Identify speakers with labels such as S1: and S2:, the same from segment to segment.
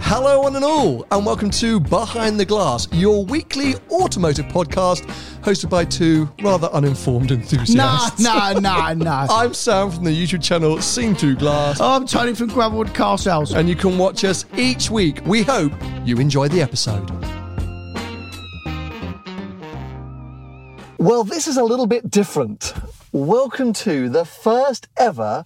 S1: Hello, one and all, and welcome to Behind the Glass, your weekly automotive podcast hosted by two rather uninformed
S2: Nah,
S1: enthusiasts.
S2: nah, nah, nah.
S1: I'm Sam from the YouTube channel Seen Through Glass,
S2: I'm Tony from Gravelwood Car Sales.
S1: and you can watch us each week. We hope you enjoy the episode. Well, this is a little bit different. Welcome to the first ever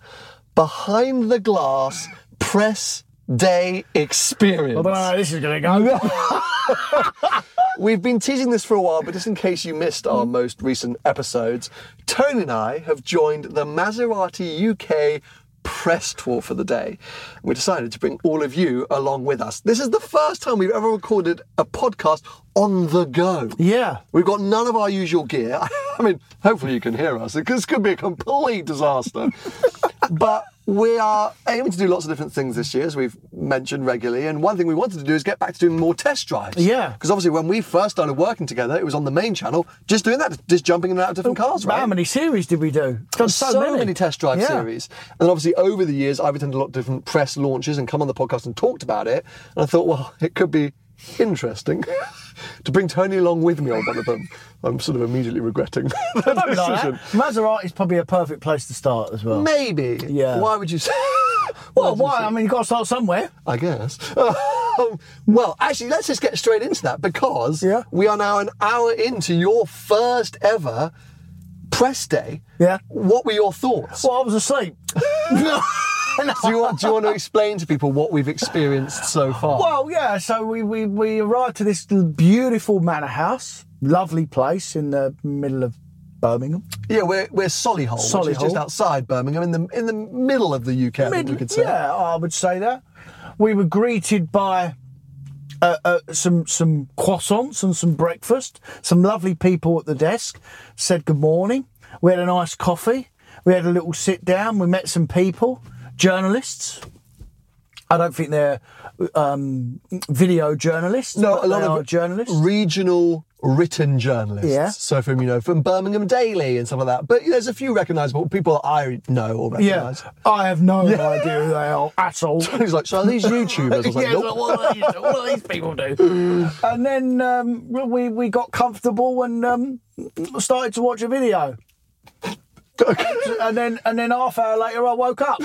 S1: Behind the Glass Press Day experience.
S2: this is going to go.
S1: We've been teasing this for a while, but just in case you missed our most recent episodes, Tony and I have joined the Maserati UK press tour for the day. We decided to bring all of you along with us. This is the first time we've ever recorded a podcast on the go.
S2: Yeah.
S1: We've got none of our usual gear. I mean, hopefully you can hear us. This could be a complete disaster. but we are aiming to do lots of different things this year, as we've mentioned regularly. And one thing we wanted to do is get back to doing more test drives.
S2: Yeah.
S1: Because obviously, when we first started working together, it was on the main channel, just doing that, just jumping in and out of different cars, right?
S2: How many series did we do? Done so, many.
S1: test drive
S2: Yeah.
S1: series. And obviously, over the years, I've attended a lot of different press launches and come on the podcast and talked about it. And I thought, well, it could be interesting to bring Tony along with me on one of them. I'm sort of immediately regretting that
S2: Something like
S1: decision.
S2: that. Maserati is probably a perfect place to start as well.
S1: Maybe.
S2: Yeah.
S1: Why would you say?
S2: Well,
S1: would you
S2: why?
S1: say-
S2: I mean, you've got to start somewhere.
S1: I guess. Um, well, actually, let's just get straight into that because
S2: Yeah.
S1: we are now an hour into your first ever press day.
S2: Yeah.
S1: What were your thoughts?
S2: Well, I was asleep.
S1: do, you want, do you want to explain to people what we've experienced so far?
S2: Well, yeah. So we, we, we arrived to this beautiful manor house, lovely place in the middle of Birmingham.
S1: yeah, we're, we're Solihull, which is just
S2: Solihull.
S1: outside Birmingham, in the in the middle of the UK, I think we
S2: Mid-
S1: could say.
S2: Yeah, I would say that. We were greeted by uh, uh, some some croissants and some breakfast. Some lovely people at the desk said good morning. We had a nice coffee. We had a little sit down. We met some people, journalists. I don't think they're um, video journalists.
S1: No,
S2: but
S1: a lot
S2: they are
S1: of
S2: journalists.
S1: regional written journalists.
S2: Yeah.
S1: So from you know from Birmingham Daily and some of that. But there's a few recognisable people that I know or
S2: yeah,
S1: recognise.
S2: I have no idea who they are at all.
S1: He's like, so are these YouTubers? I was like,
S2: Yeah,
S1: nope.
S2: it's like, what, do these, what do these people do? and then um, we we got comfortable and um, started to watch a video. and then and then half hour later, I woke up.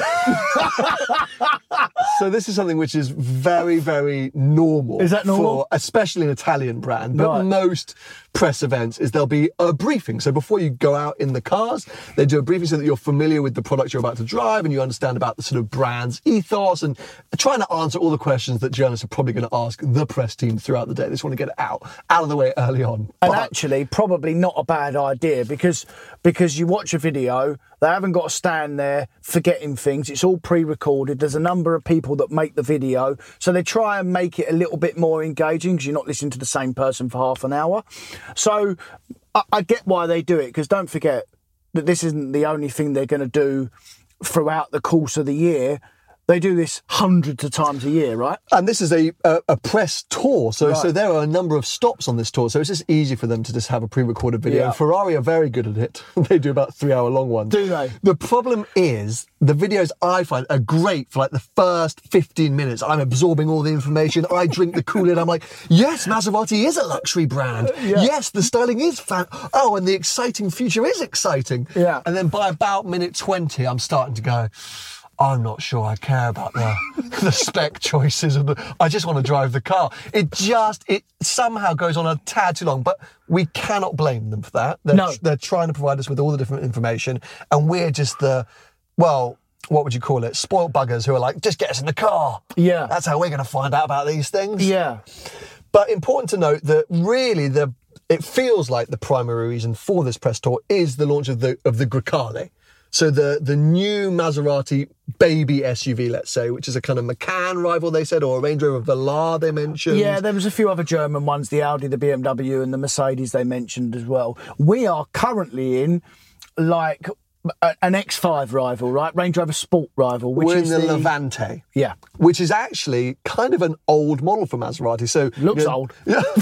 S1: So this is something which is very, very normal.
S2: Is that normal?
S1: For, especially an Italian brand, but
S2: Right.
S1: most press events is there'll be a briefing. So before you go out in the cars, they do a briefing so that you're familiar with the product you're about to drive and you understand about the sort of brand's ethos and trying to answer all the questions that journalists are probably going to ask the press team throughout the day. They just want to get it out, out of the way early on.
S2: And
S1: But-
S2: actually, probably not a bad idea because because you watch a video, they haven't got to stand there forgetting things. It's all pre-recorded. There's a number of people that make the video, so they try and make it a little bit more engaging because you're not listening to the same person for half an hour. So I, I get why they do it because don't forget that this isn't the only thing they're going to do throughout the course of the year. They do this hundreds of times a year, right?
S1: And this is a, a, a press tour, so so there are a number of stops on this tour, so it's just easy for them to just have a pre-recorded video.
S2: Yeah.
S1: Ferrari are very good at it; they do about three-hour long ones.
S2: Do they?
S1: The problem is the videos I find are great for like the first fifteen minutes. I'm absorbing all the information. I drink the Kool-Aid. I'm like, yes, Maserati is a luxury brand. Yes, the styling is fan. Oh, and the exciting future is exciting.
S2: Yeah.
S1: And then by about minute twenty, I'm starting to go. I'm not sure I care about the, the spec choices and the, I just want to drive the car. It just, it somehow goes on a tad too long, but we cannot blame them for that. They're,
S2: No.
S1: They're trying to provide us with all the different information and we're just the, well, what would you call it? Spoiled buggers who are like, just get us in the car.
S2: Yeah.
S1: That's how we're going to find out about these things.
S2: Yeah.
S1: But important to note that really the it feels like the primary reason for this press tour is the launch of the of the Grecale. So the the new Maserati baby SUV, let's say, which is a kind of Macan rival, they said, or a Range Rover Velar they mentioned.
S2: Yeah, there was a few other German ones, the Audi, the BMW, and the Mercedes they mentioned as well. We are currently in like a- an X5 rival, right? Range Rover Sport rival, which
S1: We're in
S2: is
S1: the, Levante.
S2: Yeah.
S1: Which is actually kind of an old model for Maserati. So
S2: Looks
S1: you know-
S2: old.
S1: Yeah.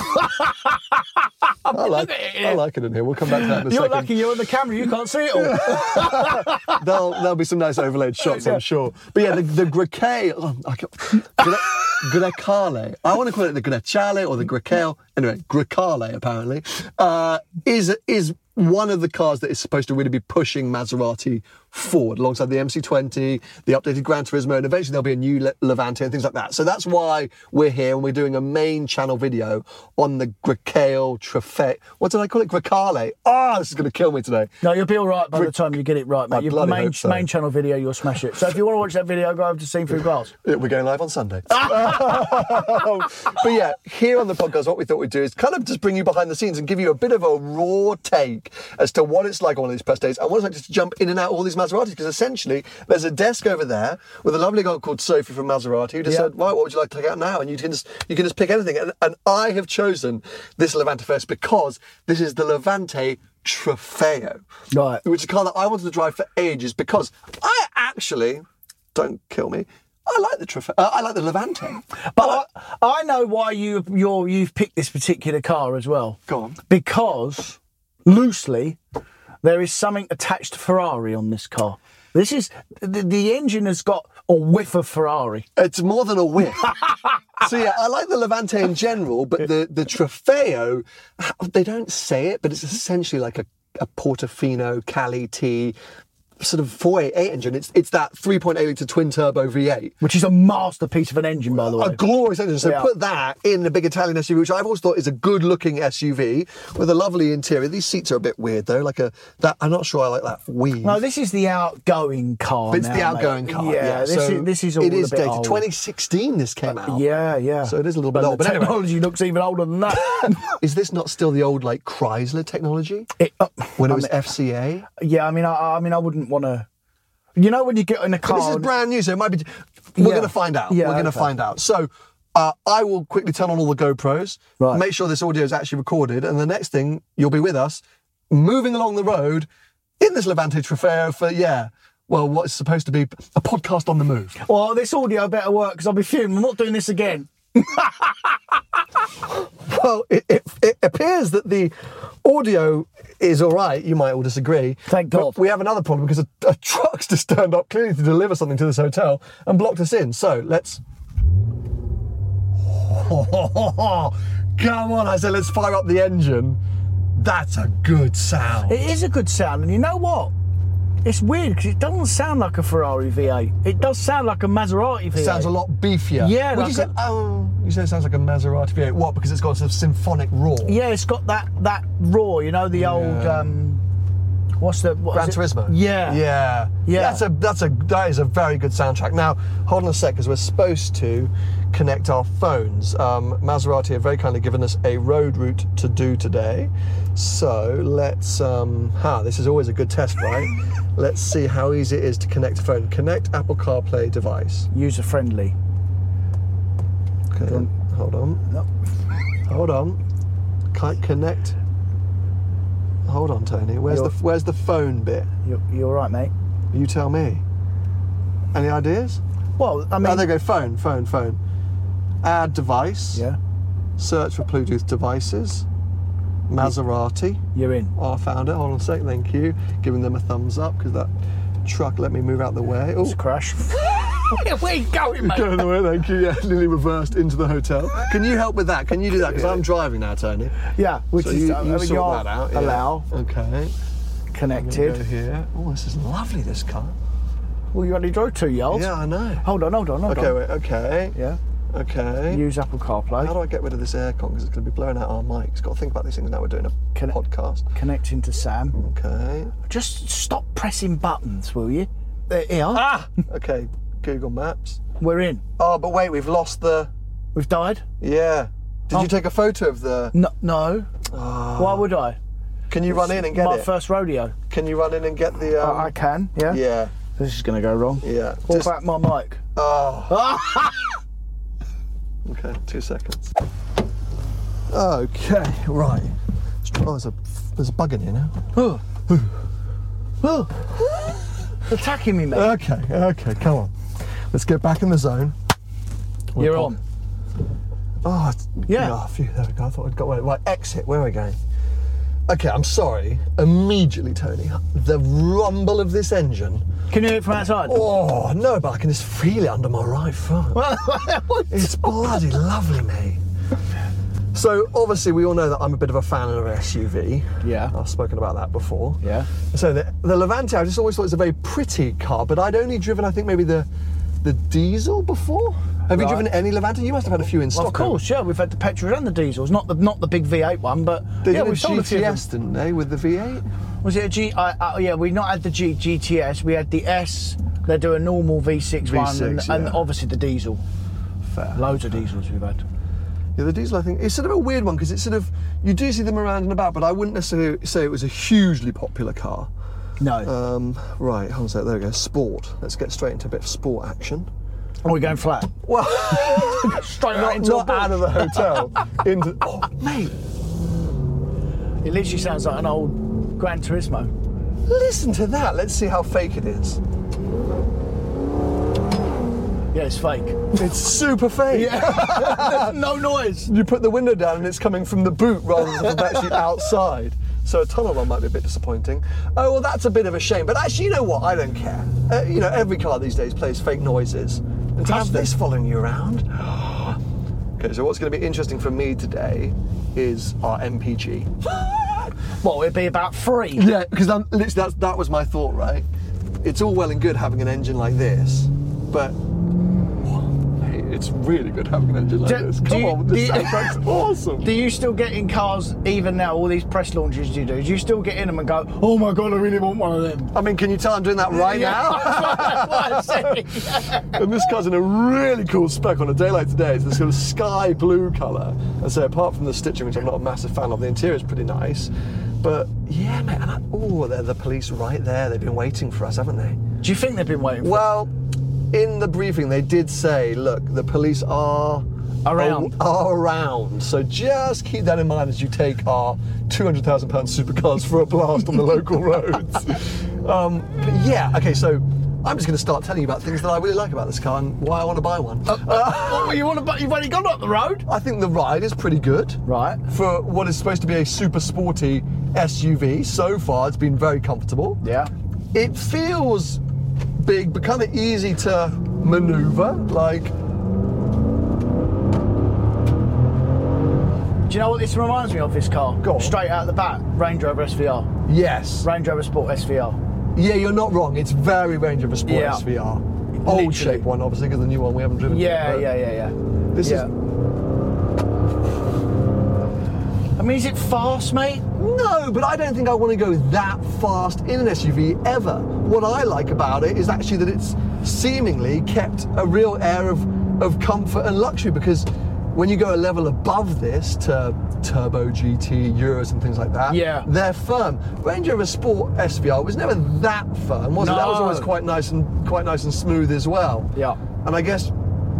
S1: I like I like it in here. We'll come back to that in a
S2: You're
S1: second.
S2: lucky you're on the camera, you can't see it all.
S1: there'll, there'll be some nice overlaid shots, I'm sure. But yeah, the, the Grecale. Oh, I can't- Gre- Grecale. I want to call it the Grecale or the Grecale. Anyway, Grecale, apparently, uh, is, is one of the cars that is supposed to really be pushing Maserati forward alongside the MC20, the updated Gran Turismo, and eventually there'll be a new Le- Levante and things like that. So that's why we're here and we're doing a main channel video on the Grecale Trofeo. What did I call it? Grecale. Ah, this is going to kill me today.
S2: No, you'll be all right by the time you get it right, mate.
S1: I
S2: Your
S1: bloody
S2: main,
S1: hope so.
S2: main channel video, you'll smash it. So if you want to watch that video, go over to Seen Through Glass.
S1: Yeah, Uh, We're going live on Sunday. Oh, but yeah, here on the podcast, what we thought we'd do is kind of just bring you behind the scenes and give you a bit of a raw take as to what it's like on one of these press days and what it's like just to jump in and out all these Maseratis. Because essentially, there's a desk over there with a lovely girl called Sophie from Maserati who just
S2: Yeah.
S1: said, right, what would you like to take out now? And you can just, you can just pick anything. And, and I have chosen this Levante first because this is the Levante Trofeo
S2: Right.
S1: which is a car that I wanted to drive for ages because I actually, don't kill me, I like the Trofeo. Uh, I like the Levante. But I,
S2: But I, I know why you you're, you've picked this particular car as well.
S1: Go on.
S2: Because loosely, there is something attached to Ferrari on this car. This is the, the engine has got a whiff of Ferrari.
S1: it's more than a whiff. so yeah, I like the Levante in general, but the the Trofeo, they don't say it, but it's essentially like a, a Portofino Cali T. Sort of 488 engine. It's it's that 3.8 litre twin turbo V8.
S2: Which is a masterpiece of an engine, by the way.
S1: A glorious engine. So
S2: Yeah.
S1: put that in the big Italian SUV, which I've always thought is a good-looking SUV with a lovely interior. These seats are a bit weird though. Like a that I'm not sure I like that weave.
S2: No, this is the outgoing car.
S1: but it's the
S2: now, mate.
S1: outgoing car.
S2: Yeah, this
S1: so
S2: is this is all
S1: it is
S2: a bit
S1: dated.
S2: old. Uh,
S1: 2016. This came out.
S2: Yeah, yeah.
S1: So it is a little bit
S2: And
S1: old,
S2: the
S1: but anyway.
S2: technology looks even older than that.
S1: Is this not still the old like Chrysler technology
S2: It- uh,
S1: when it was FCA?
S2: yeah, I mean, I, I mean, I wouldn't want to. You know, when you get in a car,
S1: This is
S2: and-
S1: brand new, so it might be. We're
S2: Yeah.
S1: going to find out.
S2: Yeah,
S1: we're going to
S2: okay.
S1: find out. So. Uh, I will quickly turn on all the GoPros,
S2: Right.
S1: make sure this audio is actually recorded, and the next thing you'll be with us moving along the road in this Levante Trofeo for, yeah, well, what's supposed to be a podcast on the move.
S2: well, Oh, this audio better work because I'll be fuming. I'm not doing this again.
S1: Well, it, it, it appears that the audio is all right. You might all disagree.
S2: Thank
S1: But
S2: God.
S1: We have another problem because a, a truck's just turned up clearly to deliver something to this hotel and blocked us in. So let's. Come on, I said, let's fire up the engine. That's a good sound.
S2: It is a good sound, and you know what? It's weird because it doesn't sound like a Ferrari V8. It does sound like a Maserati V8.
S1: sounds a lot beefier.
S2: Yeah,
S1: Would
S2: like
S1: you say,
S2: a-
S1: oh, you say it sounds like a Maserati V8. What? Because it's got a sort of symphonic roar.
S2: Yeah, it's got that that roar. You know, the old um, what's the what
S1: Gran
S2: is it?
S1: Turismo.
S2: Yeah,
S1: yeah,
S2: Yeah.
S1: That's a that's a that is a very good soundtrack. Now, hold on a sec, because we're supposed to connect our phones. Um, Maserati have very kindly given us a road route to do today, so let's. Um, ha, this is always a good test, right? let's see how easy it is to connect a phone. Connect Apple CarPlay device.
S2: User friendly.
S1: Okay, hold on.
S2: No.
S1: Hold on. Can't connect. Hold on, Tony. Where's
S2: You're-
S1: the where's the phone bit?
S2: You're, you're right, mate.
S1: You tell me. Any ideas?
S2: Well, I mean,
S1: oh, there you go. Phone, phone, phone. Add device.
S2: yeah,
S1: Search for Bluetooth devices. Maserati.
S2: you're in.
S1: Oh, I found it. Hold on a sec. Thank you. Giving them a thumbs up because that truck let me move out the way. Oh,
S2: It's a crash. Where you going, mate?
S1: out of the way. Thank you. Yeah, nearly reversed into the hotel. Can you help with that? Can you do that? Because I'm driving now, Tony.
S2: Yeah, which
S1: So
S2: is
S1: you,
S2: uh, I
S1: you
S2: mean,
S1: sort
S2: you are
S1: that out. yeah.
S2: allow
S1: Okay. Go
S2: connected.
S1: here. Oh, this is lovely. This car.
S2: Well, you only drove two yards.
S1: Yeah, I know.
S2: Hold on, hold on, hold
S1: Okay,
S2: on.
S1: wait, okay.
S2: Yeah.
S1: Okay.
S2: Use Apple CarPlay.
S1: How do I get rid of this aircon? Because it's going to be blowing out our mics. Got to think about these things now we're doing a
S2: Can I-
S1: podcast.
S2: Connecting to Sam.
S1: Okay.
S2: Just stop pressing buttons, will you? There you are.
S1: Ah! okay, Google Maps.
S2: We're in.
S1: Oh, but wait, we've lost the.
S2: We've died.
S1: Yeah. Did
S2: Oh.
S1: you take a photo of the.
S2: No. no. Why would I?
S1: Can you run in and Ah. get
S2: My
S1: it?
S2: first rodeo.
S1: Can you run in and get the. Um...
S2: I can. Yeah.
S1: Yeah,
S2: This is gonna go wrong.
S1: yeah.
S2: What
S1: Just- oh.
S2: about my mic?
S1: Okay, two seconds. Okay, right. Oh, there's a, there's a bug in here now.
S2: Attacking me, mate.
S1: Okay, okay, come on. Let's get back in the zone. We're
S2: You're
S1: pod-
S2: on.
S1: Oh, it's-
S2: Yeah.
S1: Oh, phew, there we go. I thought I'd got away. Right, exit. Where are we going? Okay, I'm sorry. Immediately, Tony, the rumble of this engine.
S2: Can you hear it from outside?
S1: Oh, no, but I can just feel it under my right foot. It's bloody lovely, mate. So, obviously, we all know that I'm a bit of a fan of an SUV.
S2: Yeah.
S1: I've spoken about that before.
S2: Yeah.
S1: So the, the Levante, I just always thought it was a very pretty car, but I'd only driven, I think, maybe the the diesel before. Have you
S2: Right.
S1: driven any Levante? You must have had a few in stock.
S2: Of course, yeah. We've had the petrol and the diesels, not the not the big V8 one, but
S1: They
S2: yeah,
S1: did a
S2: we've sold a few. of them.
S1: GTS, didn't they, with the V8?
S2: Was it a G? I, I, yeah, we not had the G, GTS. We had the S. They do a normal V6, one, and,
S1: V6,
S2: and
S1: yeah.
S2: obviously the diesel.
S1: Fair.
S2: Loads of diesels we've had.
S1: Yeah, the diesel, I think, it's sort of a weird one because it's sort of, you do see them around and about, but I wouldn't necessarily say it was a hugely popular car.
S2: No.
S1: Um, right, hold on a sec, there we go, sport. Let's get straight into a bit of sport action.
S2: Are we going flat?
S1: Well,
S2: Straight
S1: not,
S2: into a
S1: not
S2: bush.
S1: out of the hotel. into, oh, mate,
S2: It literally sounds like an old Gran Turismo.
S1: listen to that. Let's see how fake it is.
S2: Yeah, it's fake.
S1: It's super fake.
S2: no noise.
S1: You put the window down and it's coming from the boot rather than from actually outside. So a tunnel run might be a bit disappointing. Oh, well, that's a bit of a shame. But actually, you know what? I don't care. Uh, you know, every car these days plays fake noises. And to have this following you around. okay, so what's going to be interesting for me today is our MPG.
S2: Well, it'd be about three.
S1: Yeah, because I'm literally that's, that was my thought, right? It's all well and good having an engine like this, but Hey, it's really good having an engine like
S2: Do-
S1: this.
S2: do
S1: Come
S2: you-
S1: on,
S2: do
S1: this
S2: you-
S1: soundtrack's awesome.
S2: Do you still get in cars even now? All these press launches you do, do you still get in them and go, "Oh my god, I really want one of them."
S1: I mean, can you tell I'm doing that right
S2: That's what I'm saying.
S1: now? and this car's in a really cool spec on a day like today. It's this sort of sky blue colour. And so, apart from the stitching, which I'm not a massive fan of, the interior's pretty nice. But yeah, man, and I, oh, they're the police right there. They've been waiting for us, haven't they?
S2: Do you think they've been waiting? for
S1: Well, in the briefing, they did say, look, the police are
S2: Around.
S1: Are, around. So just keep that in mind as you take our two hundred thousand pound supercars for a blast on the local roads. Um, but yeah, okay, so. I'm just going to start telling you about things that I really like about this car and why I want to buy one.
S2: Oh, you want to? You've only gone up the road.
S1: I think the ride is pretty good.
S2: Right.
S1: For what is supposed to be a super sporty SUV, so far it's been very comfortable.
S2: Yeah.
S1: it feels big but kind of easy to maneuver like
S2: Do you know what this reminds me of? This car.
S1: Go on.
S2: Straight out the bat, Range Rover SVR,
S1: yes
S2: Range Rover Sport SVR.
S1: yeah you're not wrong it's very range of a sport
S2: Yeah.
S1: svr
S2: Literally.
S1: old shape one obviously because the new one we haven't driven
S2: Yeah,
S1: but
S2: yeah, yeah, yeah.
S1: this
S2: yeah.
S1: is
S2: I mean, is it fast, mate?
S1: no but i don't think i want to go that fast in an suv ever what i like about it is actually that it's seemingly kept a real air of of comfort and luxury because when you go a level above this to turbo GT, Euros, and things like that,
S2: Yeah.
S1: they're firm. Range Rover Sport SVR was never that firm, was it? That was
S2: No.
S1: always quite nice and quite nice and smooth as well.
S2: Yeah.
S1: And I guess,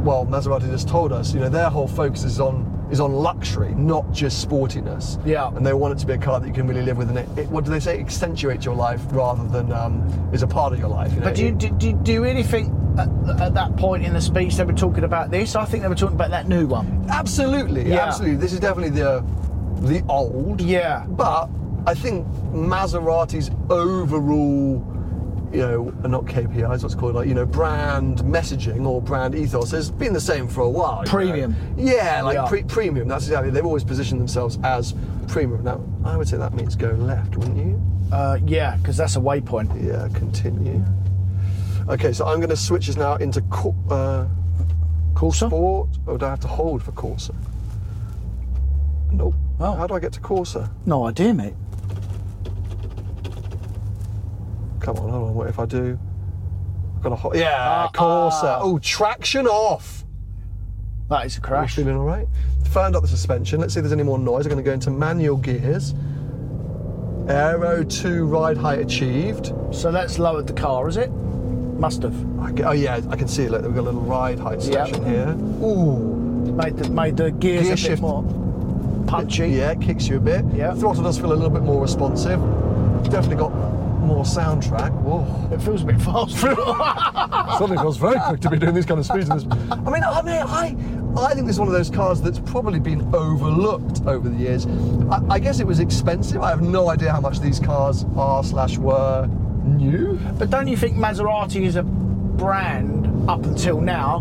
S1: well, Maserati just told us, you know, their whole focus is on is on luxury, not just sportiness.
S2: Yeah.
S1: And they want it to be a car that you can really live with, and it, it what do they say? Accentuates your life rather than um, is a part of your life. You know?
S2: But do you,
S1: It-
S2: do, do, do you really think at, at that point in the speech they were talking about this? I think they were talking about that new one.
S1: absolutely,
S2: Yeah.
S1: absolutely. This is definitely the the old.
S2: Yeah.
S1: But I think Maserati's overall, you know, uh, not KPIs, what's it called like, you know, brand messaging or brand ethos has been the same for a while. you know.
S2: Premium.
S1: Yeah, like
S2: Yeah.
S1: Pre- premium. That's exactly. They've always positioned themselves as premium. Now, I would say that means go left, wouldn't you?
S2: Uh, yeah, because that's a waypoint.
S1: Yeah, continue. Okay, so I'm going to switch this now into co- uh,
S2: Corsa?
S1: sport. Oh, do I have to hold for Corsa? Nope.
S2: Oh.
S1: How do I get to Corsa?
S2: No idea, mate.
S1: Come on, hold on. What if I do? I've got to hold. Yeah, Corsa. Oh, traction off.
S2: That is a
S1: I'm
S2: crash.
S1: feeling all right. Firmed up the suspension. Let's see if there's any more noise. I'm going to go into manual gears. Aero 2 ride height achieved.
S2: So that's lowered the car, is it? Must have.
S1: I ca- oh, yeah, I can see it. Look, we've got a little ride height section here. Ooh.
S2: Made the, made the gears
S1: Gear
S2: a bit
S1: shift.
S2: more punchy.
S1: Yeah, it kicks you a bit.
S2: Yeah.
S1: Throttle does feel a little bit more responsive. Definitely got more soundtrack. Whoa.
S2: It feels a bit faster.
S1: Suddenly feels very quick to be doing these kind of speeds. in This. I mean, I mean, I, I think this is one of those cars that's probably been overlooked over the years. I, I guess it was expensive. I have no idea how much these cars are slash were new.
S2: but don't you think Maserati is a brand up until now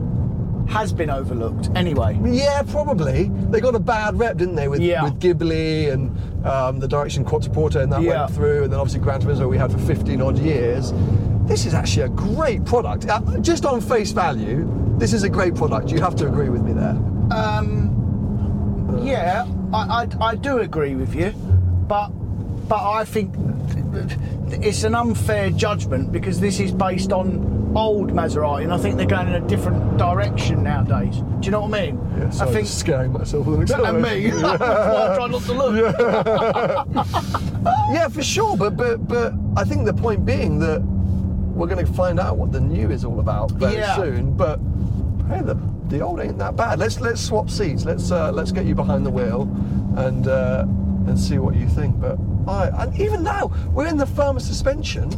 S2: has been overlooked anyway?
S1: Yeah, probably. They got a bad rep, didn't they, with,
S2: Yeah.
S1: with Ghibli and um, the direction Quattroporta and that
S2: Yeah.
S1: went through, and then obviously Gran Turismo we had for 15 odd years. This is actually a great product. Uh, just on face value, this is a great product. You have to agree with me there.
S2: Yeah, I, I, I do agree with you, but but I think it's an unfair judgment because this is based on old Maserati, and I think they're going in a different direction nowadays. Do you know what I mean? I think
S1: scaring myself with an
S2: and me. That's why I try not to look.
S1: yeah, for sure. But but but I think the point being that we're going to find out what the new is all about very
S2: Yeah.
S1: soon. But hey, the, the old ain't that bad. Let's let's swap seats. Let's uh, let's get you behind the wheel and uh, and see what you think. But I and even now we're in the firmer suspension.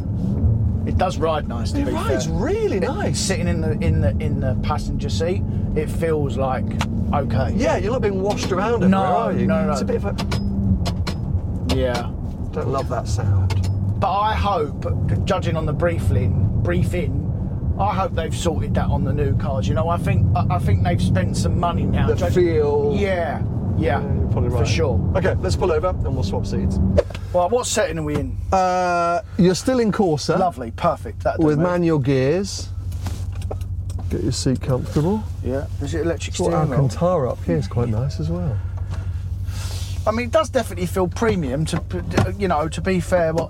S2: It does ride nice. To
S1: It
S2: be
S1: rides
S2: fair.
S1: really nice.
S2: Sitting in the in the in the passenger seat, it feels like okay.
S1: Yeah, you're not being washed around everywhere,
S2: No,
S1: are you?
S2: no, no.
S1: It's a bit of a
S2: Yeah.
S1: don't love that sound.
S2: But I hope, judging on the briefing, briefing, I hope they've sorted that on the new cars. You know, I think I I think they've spent some money now.
S1: The
S2: judge-
S1: feel.
S2: Yeah, yeah,
S1: Yeah, you're probably
S2: for
S1: right.
S2: sure.
S1: Okay, let's pull over and we'll swap seats.
S2: Well, what setting are we in?
S1: Uh, you're still in Corsa.
S2: Lovely, perfect. That
S1: with manual gears. Get your seat comfortable.
S2: Yeah, is it electric
S1: It's what
S2: steering wheel?
S1: Alcantara up Mm. here is quite nice as well.
S2: I mean, it does definitely feel premium. To you know, to be fair, what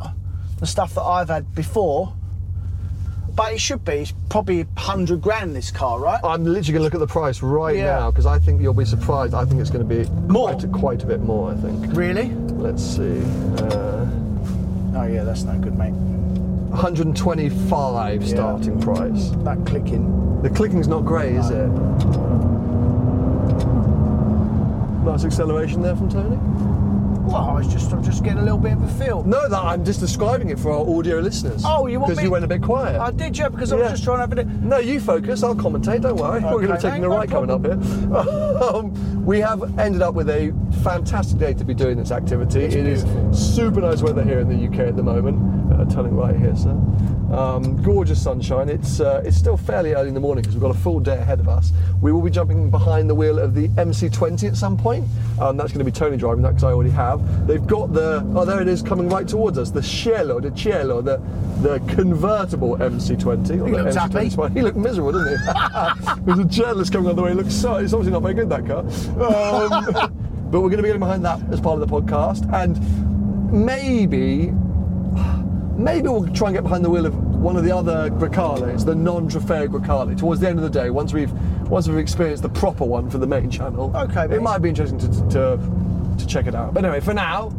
S2: the stuff that I've had before. But it should be. It's probably hundred grand. This car, right?
S1: I'm literally going to look at the price right
S2: Yeah.
S1: now because I think you'll be surprised. I think it's going to be
S2: More?
S1: Quite, quite a bit more. I think.
S2: Really?
S1: Let's see. Uh,
S2: Oh yeah, that's no good, mate.
S1: 125 starting price.
S2: That clicking.
S1: The clicking's not great, is it? Nice acceleration there from Tony.
S2: Well, I was just, I'm just getting a little bit of a feel.
S1: No, that I'm just describing it for our audio listeners.
S2: Oh, you want
S1: Because
S2: me-
S1: you went a bit quiet.
S2: I did, yeah, because I was
S1: Yeah.
S2: just trying to have a. di-
S1: No, you focus. I'll commentate. Don't worry. We're going to be
S2: Okay,
S1: taking a
S2: mate, no
S1: right coming up here. um, we have ended up with a fantastic day to be doing this activity. It is super nice weather here in the UK at the moment. Uh, turning right here, sir. Um, gorgeous sunshine. It's uh, it's still fairly early in the morning because we've got a full day ahead of us. We will be jumping behind the wheel of the MC20 at some point. Um, that's going to be Tony driving that because I already have. They've got the oh there it is coming right towards us. The Cielo, the Cielo, the the convertible MC20
S2: He looks happy.
S1: well, he looked miserable, didn't he? There's a journalist coming on the way. He looks so. It's obviously not very good that car. Um, but we're going to be getting behind that as part of the podcast, and maybe, maybe we'll try and get behind the wheel of one of the other Grecales, the non-Trofeo Grecale, towards the end of the day. Once we've once we've experienced the proper one for the main channel.
S2: Okay,
S1: It
S2: mate.
S1: might be interesting to to, to check it out. But anyway, for now.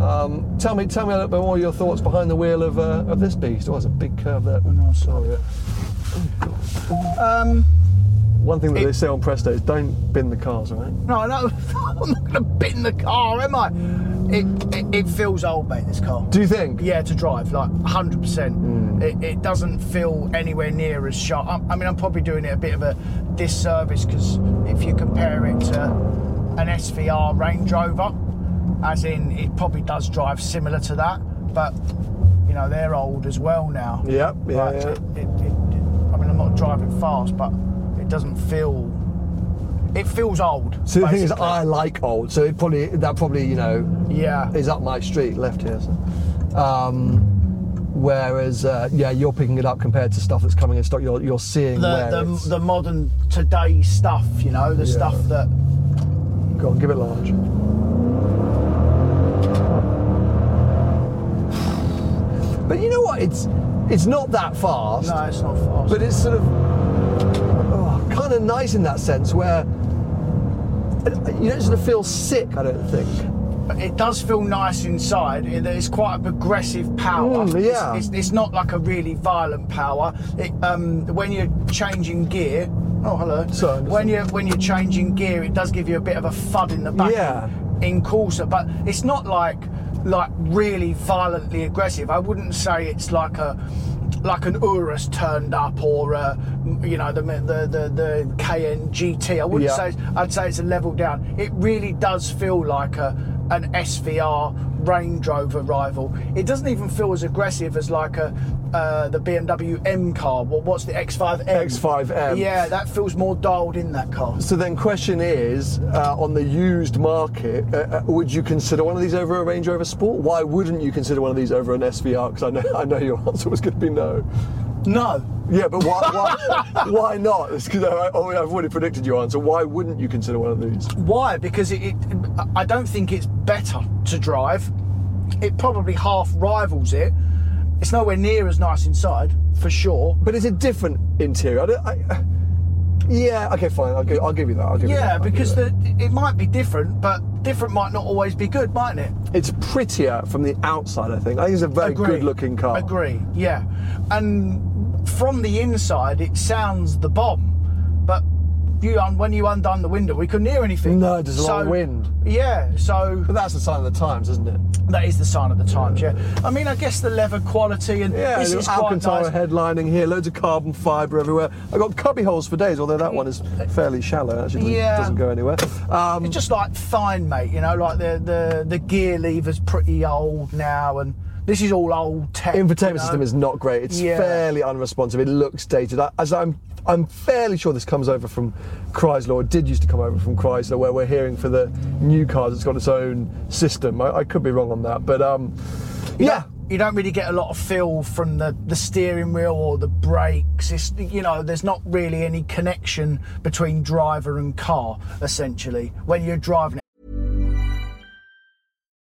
S1: Um, tell me, tell me a little bit more of your thoughts behind the wheel of, uh, of this beast. Oh, it's a big curve there.
S2: Oh, no, sorry. Um,
S1: One thing that
S2: It-
S1: they say on Presto is don't bin the cars, all right?
S2: no, no, I'm not going to bin the car, am I? It, it it feels old, mate. This car.
S1: Do you think?
S2: yeah, to drive, like 100%. It, it doesn't feel anywhere near as sharp. I, I mean, I'm probably doing it a bit of a disservice because if you compare it to an SVR Range Rover, as in it probably does drive similar to that, but you know, they're old as well now.
S1: Yep, yeah,
S2: Like,
S1: yeah.
S2: It, it, it, I mean, I'm not driving fast, but it doesn't feel. It feels old.
S1: So the thing is,
S2: basically.
S1: I like old, so it probably that probably you know
S2: yeah.
S1: is up my street, left here. So. Um, Whereas, uh, yeah, you're picking it up compared to stuff that's coming in stock. You're you're seeing
S2: The,
S1: where it's.
S2: the, the modern today stuff, you know, the stuff that
S1: Go on, give it large. But you know what? It's it's not that fast.
S2: no, it's not fast.
S1: but it's sort of oh, kind of nice in that sense where you don't sort of feel sick. I don't think.
S2: it does feel nice inside. It- It's quite a progressive power.
S1: Mm, yeah.
S2: it's, it's, it's not like a really violent power. It, um, when you're changing gear, oh hello.
S1: Sorry, I'm just-
S2: when you are when you're changing gear, it does give you a bit of a thud in the back.
S1: Yeah.
S2: In Corsa, but it's not like like really violently aggressive. I wouldn't say it's like a like an Urus turned up or uh, you know the the the, the KN GT. I wouldn't
S1: Yeah.
S2: say it's- I'd say it's a level down. It really does feel like a an SVR Range Rover rival. It doesn't even feel as aggressive as like a uh, the BMW M car. What, what's the X5M?
S1: X5M.
S2: Yeah, that feels more dialed in that car.
S1: So then, question is, uh, on the used market, uh, uh, would you consider one of these over a Range Rover Sport? Why wouldn't you consider one of these over an SVR? Because I know I know your answer was going to be no.
S2: No,
S1: Yeah, but why why, why not? Because I've already predicted your answer. Why wouldn't you consider one of these?
S2: why? Because it, it I don't think it's better to drive. It probably half rivals it. It's nowhere near as nice inside for sure.
S1: But it's a different interior. I don't, I, yeah, okay, fine. I'll give, I'll give you that. I'll give you that.
S2: Yeah,
S1: I'll give
S2: because
S1: you that.
S2: the, it might be different, but different might not always be good, mightn't it?
S1: it's prettier from the outside. I think. I think it's a very
S2: Agree.
S1: good-looking car.
S2: Agree, yeah. And from the inside, it sounds the bomb, but you un- when you undone the window, we couldn't hear anything.
S1: No, there's a lot of wind.
S2: Yeah, so
S1: But that's the sign of the times, isn't it?
S2: that is the sign of the times, yeah. I mean, I guess the leather quality and
S1: Yeah,
S2: this
S1: the
S2: is quite
S1: Alcantara
S2: nice.
S1: headlining here, loads of carbon fibre everywhere. I've got cubby holes for days, although that one is fairly shallow, actually, doesn't,
S2: Yeah.
S1: doesn't go anywhere. Um,
S2: It's just like fine, mate. You know, like the, the the gear lever's pretty old now, and this is all old tech.
S1: infotainment
S2: you know?
S1: system is not great. It's
S2: Yeah.
S1: fairly unresponsive. It looks dated. I- As I'm, I'm fairly sure this comes over from Chrysler, or did used to come over from Chrysler, where we're hearing for the new cars, it's got its own system. I, I could be wrong on that, but um, yeah.
S2: you don't really get a lot of feel from the, the steering wheel or the brakes. It's, you know, there's not really any connection between driver and car, essentially, when you're driving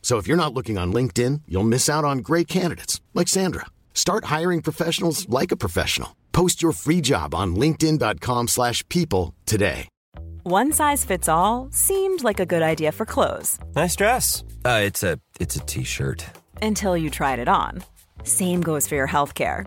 S3: So if you're not looking on LinkedIn, you'll miss out on great candidates like Sandra. Start hiring professionals like a professional. Post your free job on linkedin.com/people slash people today.
S4: One size fits all seemed like a good idea for clothes
S5: Nice dress. Uh, it's a it's a t-shirt.
S4: until you tried it on. Same goes for your healthcare.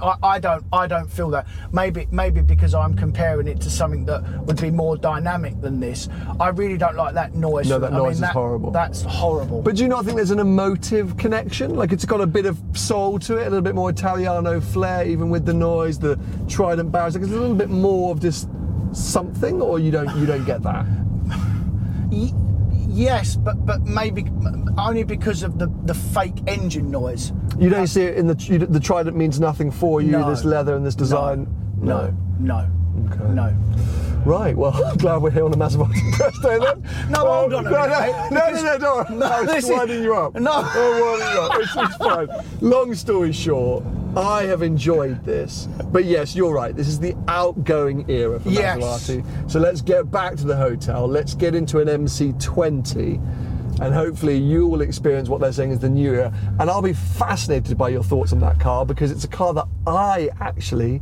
S2: I, I don't I don't feel that. Maybe maybe because I'm comparing it to something that would be more dynamic than this. I really don't like that noise.
S1: No, that
S2: I mean,
S1: noise is horrible.
S2: That's horrible.
S1: But do you not think there's an emotive connection? Like it's got a bit of soul to it, a little bit more Italiano flair, even with the noise, the trident barrels. Like it's a little bit more of just something, or you don't you don't get that.
S2: Y- yes, but but maybe only because of the the fake engine noise.
S1: You don't see it in the you, the trident means nothing for you.
S2: Uh, No.
S1: This leather and this design.
S2: No, no, no.
S1: Okay. Right, well, I'm glad we're here on the Maserati Presto then.
S2: No, hold on a
S1: no, no,
S2: minute,
S1: no,
S2: mate.
S1: no, no, don't worry.
S2: No,
S1: I was
S2: this
S1: just
S2: is-
S1: winding you up.
S2: No.
S1: I was winding you up. It's, it's fine. Long story short, I have enjoyed this. But yes, you're right. This is the outgoing era for
S2: Yes.
S1: Maserati. So let's get back to the hotel. Let's get into an MC20. And hopefully you will experience what they're saying is the new era. And I'll be fascinated by your thoughts on that car because it's a car that I actually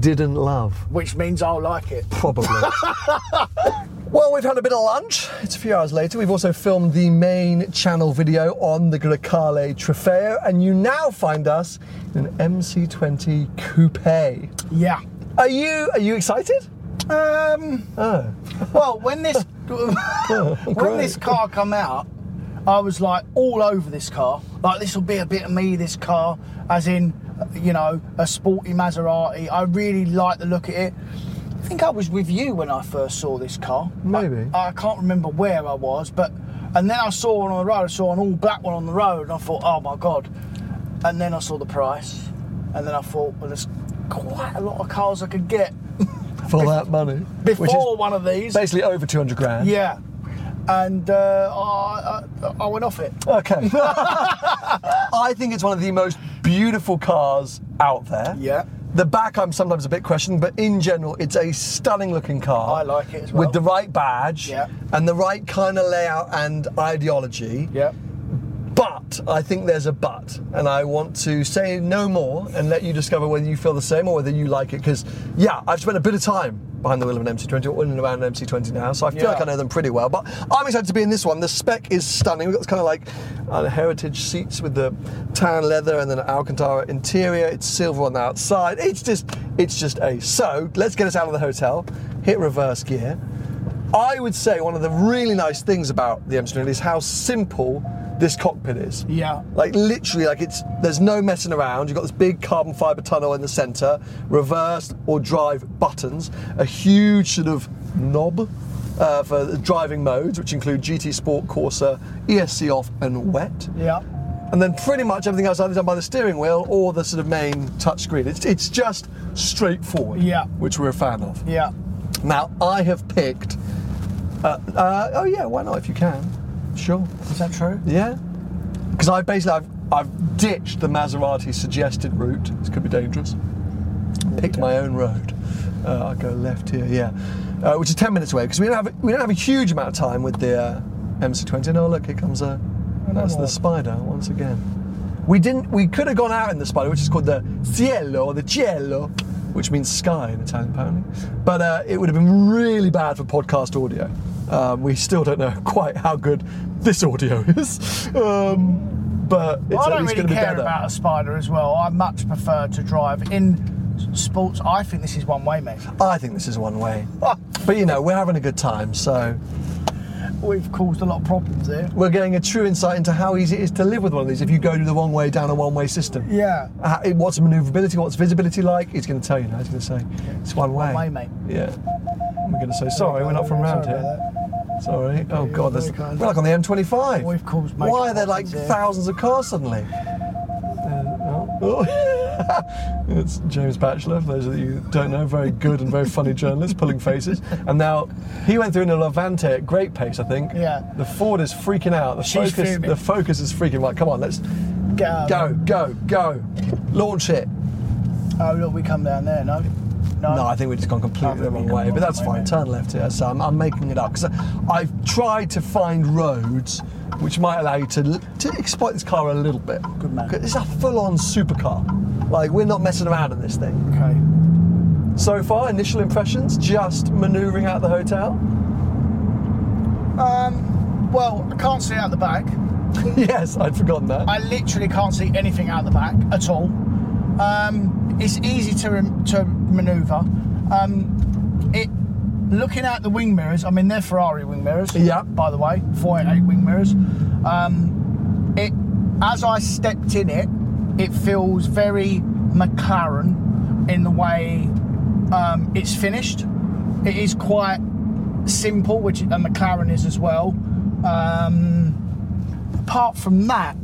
S1: didn't love.
S2: Which means I'll like it.
S1: Probably. well, we've had a bit of lunch. It's a few hours later. We've also filmed the main channel video on the Grecale Trofeo, and you now find us in an MC20 coupe.
S2: Yeah.
S1: Are you are you excited?
S2: Um. Well, when this when this car come out, I was like all over this car. Like this will be a bit of me. This car, as in, you know, a sporty Maserati. I really like the look at it. I think I was with you when I first saw this car.
S1: Maybe.
S2: I, I can't remember where I was, but and then I saw one on the road. I saw an all black one on the road, and I thought, oh my god. And then I saw the price, and then I thought, well, there's quite a lot of cars I could get
S1: For that money. Which is
S2: before one of these.
S1: basically over 200 grand.
S2: Yeah. And uh, I, I, I went off it.
S1: Okay. I think it's one of the most beautiful cars out there.
S2: Yeah.
S1: The back I'm sometimes a bit questioned, but in general it's a stunning looking car.
S2: I like it as well.
S1: With the right badge
S2: Yeah.
S1: and the right kind of layout and ideology.
S2: Yeah.
S1: But I think there's a but, and I want to say no more and let you discover whether you feel the same or whether you like it. Because yeah, I've spent a bit of time behind the wheel of an MC20 or in and around an MC20 now, so I feel
S2: Yeah.
S1: like I know them pretty well. But I'm excited to be in this one. The spec is stunning. We've got this kind of like uh, heritage seats with the tan leather and then an Alcantara interior. It's silver on the outside. It's just, it's just ace. So let's get us out of the hotel. Hit reverse gear. I would say one of the really nice things about the MC20 is how simple this cockpit is.
S2: Yeah.
S1: Like literally, like it's there's no messing around. You've got this big carbon fibre tunnel in the centre, reverse or drive buttons, a huge sort of knob uh, for the driving modes, which include GT Sport, Corsa, ESC off, and wet.
S2: Yeah.
S1: And then pretty much everything else either done by the steering wheel or the sort of main touchscreen. It's it's just straightforward.
S2: Yeah.
S1: Which we're a fan of.
S2: Yeah.
S1: Now, I have picked. Uh, uh, oh yeah, why not if you can? Sure.
S2: Is that true?
S1: Yeah. Because I basically I've, I've ditched the Maserati suggested route. This could be dangerous. Picked my own road. Uh, I go left here. Yeah. Uh, which is ten minutes away because we don't have we don't have a huge amount of time with the uh, MC20. And oh look, here comes a. That's the spider once again. We didn't. We could have gone out in the spider, which is called the cielo or the cielo, which means sky in Italian, apparently. But uh, it would have been really bad for podcast audio. Um, we still don't know quite how good this audio is, um, but it's
S2: I
S1: at
S2: don't
S1: least
S2: really
S1: going to be
S2: care
S1: better.
S2: about a spider as well. I much prefer to drive in sports. I think this is one way, mate.
S1: I think this is one way. Ah, But you know, we're having a good time, so
S2: We've caused a lot of problems here.
S1: we're getting a true insight into how easy it is to live with one of these if you go the wrong way down a one-way system.
S2: Yeah.
S1: Uh, it- what's manoeuvrability? What's visibility like? He's going to tell you now. He's going to say it's one way.
S2: way, mate.
S1: Yeah. And We're going to say sorry. We're not from round
S2: Sorry
S1: here.
S2: about that.
S1: Sorry. Oh God, there's,
S2: very kind.
S1: we're like on the M25.
S2: We've caused major
S1: Why are there like
S2: problems here.
S1: thousands of cars suddenly? Uh, oh, oh. it's James Batchelor. For those of you who don't know, very good and very funny journalist, pulling faces. And now he went through in a Levante at great pace, I think.
S2: Yeah.
S1: The Ford is freaking out. The
S2: She's
S1: focus.
S2: fuming. Um,
S1: The focus is freaking like, come on, let's
S2: Get out.
S1: go, go, go, launch it.
S2: Oh, look, we come down there, no? No.
S1: No, I think we've just gone completely the wrong way, but that's fine. Turn left here. So I'm, I'm making it up because I've tried to find roads which might allow you to l- to exploit this car a little bit. Good
S2: man.
S1: It's a full-on supercar. Like we're not messing around in this thing.
S2: Okay.
S1: So far, initial impressions: just manoeuvring out the hotel.
S2: Um, well, I can't see out the back.
S1: yes, I'd forgotten that.
S2: I literally can't see anything out the back at all. Um, it's easy to to manoeuvre. Um, it looking out the wing mirrors. I mean, they're Ferrari wing mirrors.
S1: Yeah.
S2: By the way, four eight eight wing mirrors. Um, it as I stepped in it, it feels very McLaren in the way um, it's finished. It is quite simple, which a McLaren is as well. Um, apart from that,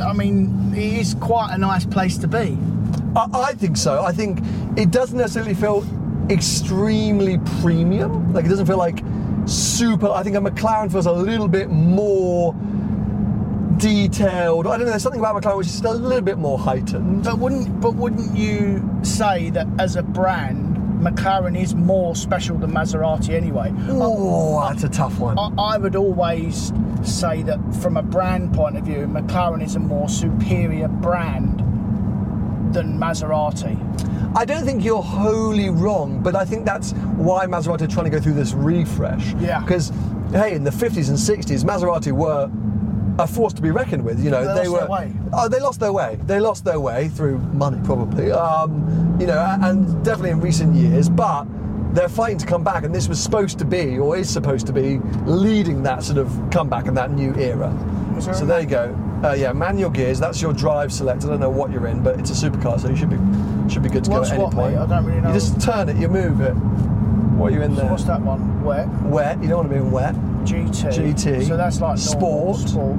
S2: I mean, it is quite a nice place to be.
S1: I, I think so. I think it doesn't necessarily feel extremely premium. Like it doesn't feel like super. I think a McLaren feels a little bit more detailed. I don't know. There's something about McLaren which is just a little bit more heightened.
S2: But wouldn't but wouldn't you say that as a brand, McLaren is more special than Maserati anyway?
S1: Oh, that's a tough one.
S2: I, I would always say that from a brand point of view, McLaren is a more superior brand than Maserati.
S1: I don't think you're wholly wrong, but I think that's why Maserati are trying to go through this refresh.
S2: Yeah.
S1: Because, hey, in the 50s and 60s, Maserati were a force to be reckoned with. You know,
S2: They
S1: were.
S2: lost their way.
S1: Oh, they lost their way. They lost their way through money, probably. Um, you know, a- and definitely in recent years, but they're fighting to come back, and this was supposed to be, or is supposed to be, leading that sort of comeback in that new era.
S2: Was there
S1: So
S2: a-
S1: there you go. Uh, yeah, manual gears. That's your drive select. I don't know what you're in, but it's a supercar, so you should be should be good to
S2: What's
S1: go at any
S2: what,
S1: point.
S2: mate? I don't really know.
S1: You just turn it. You move it. What are you in
S2: So
S1: there?
S2: what's that one? Wet
S1: Wet. You don't want to be in wet.
S2: GT.
S1: GT.
S2: So that's like normal,
S1: Sport.
S2: Sport.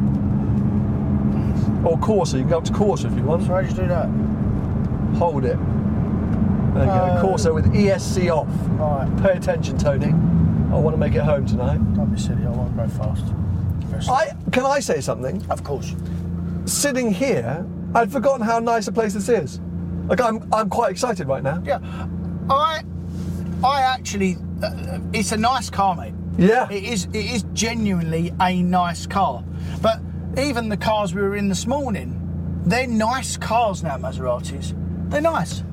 S1: Or Corsa. You can go up to Corsa if you want.
S2: So how do you do that?
S1: Hold it. There you
S2: Oh.
S1: go. Corsa with ESC off.
S2: Right.
S1: Pay attention, Tony. I want to make it home tonight.
S2: Don't be silly. I won't go fast. Very slow.
S1: I can I say something?
S2: of course.
S1: Sitting here, I'd forgotten how nice a place this is. Like I'm, I'm quite excited right now.
S2: Yeah. I, I actually, uh, it's a nice car, mate.
S1: Yeah.
S2: It is. It is genuinely a nice car. But even the cars we were in this morning, they're nice cars now, Maseratis. They're nice.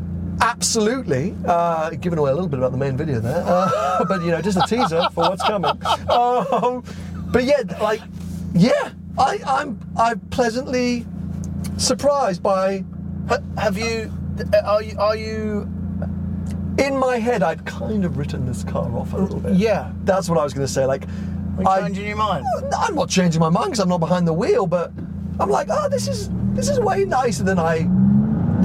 S1: Absolutely. Uh, giving away a little bit about the main video there, uh, but you know, just a teaser for what's coming. Um, but yeah, like, yeah, I, I'm I'm pleasantly surprised by.
S2: But have you? uh, Are you? Are you?
S1: In my head, I'd kind of written this car off a little bit.
S2: Yeah.
S1: that's what I was going to say. Like,
S2: Are you changing your mind?
S1: I'm not changing my mind because I'm not behind the wheel, but I'm like, oh, this is this is way nicer than I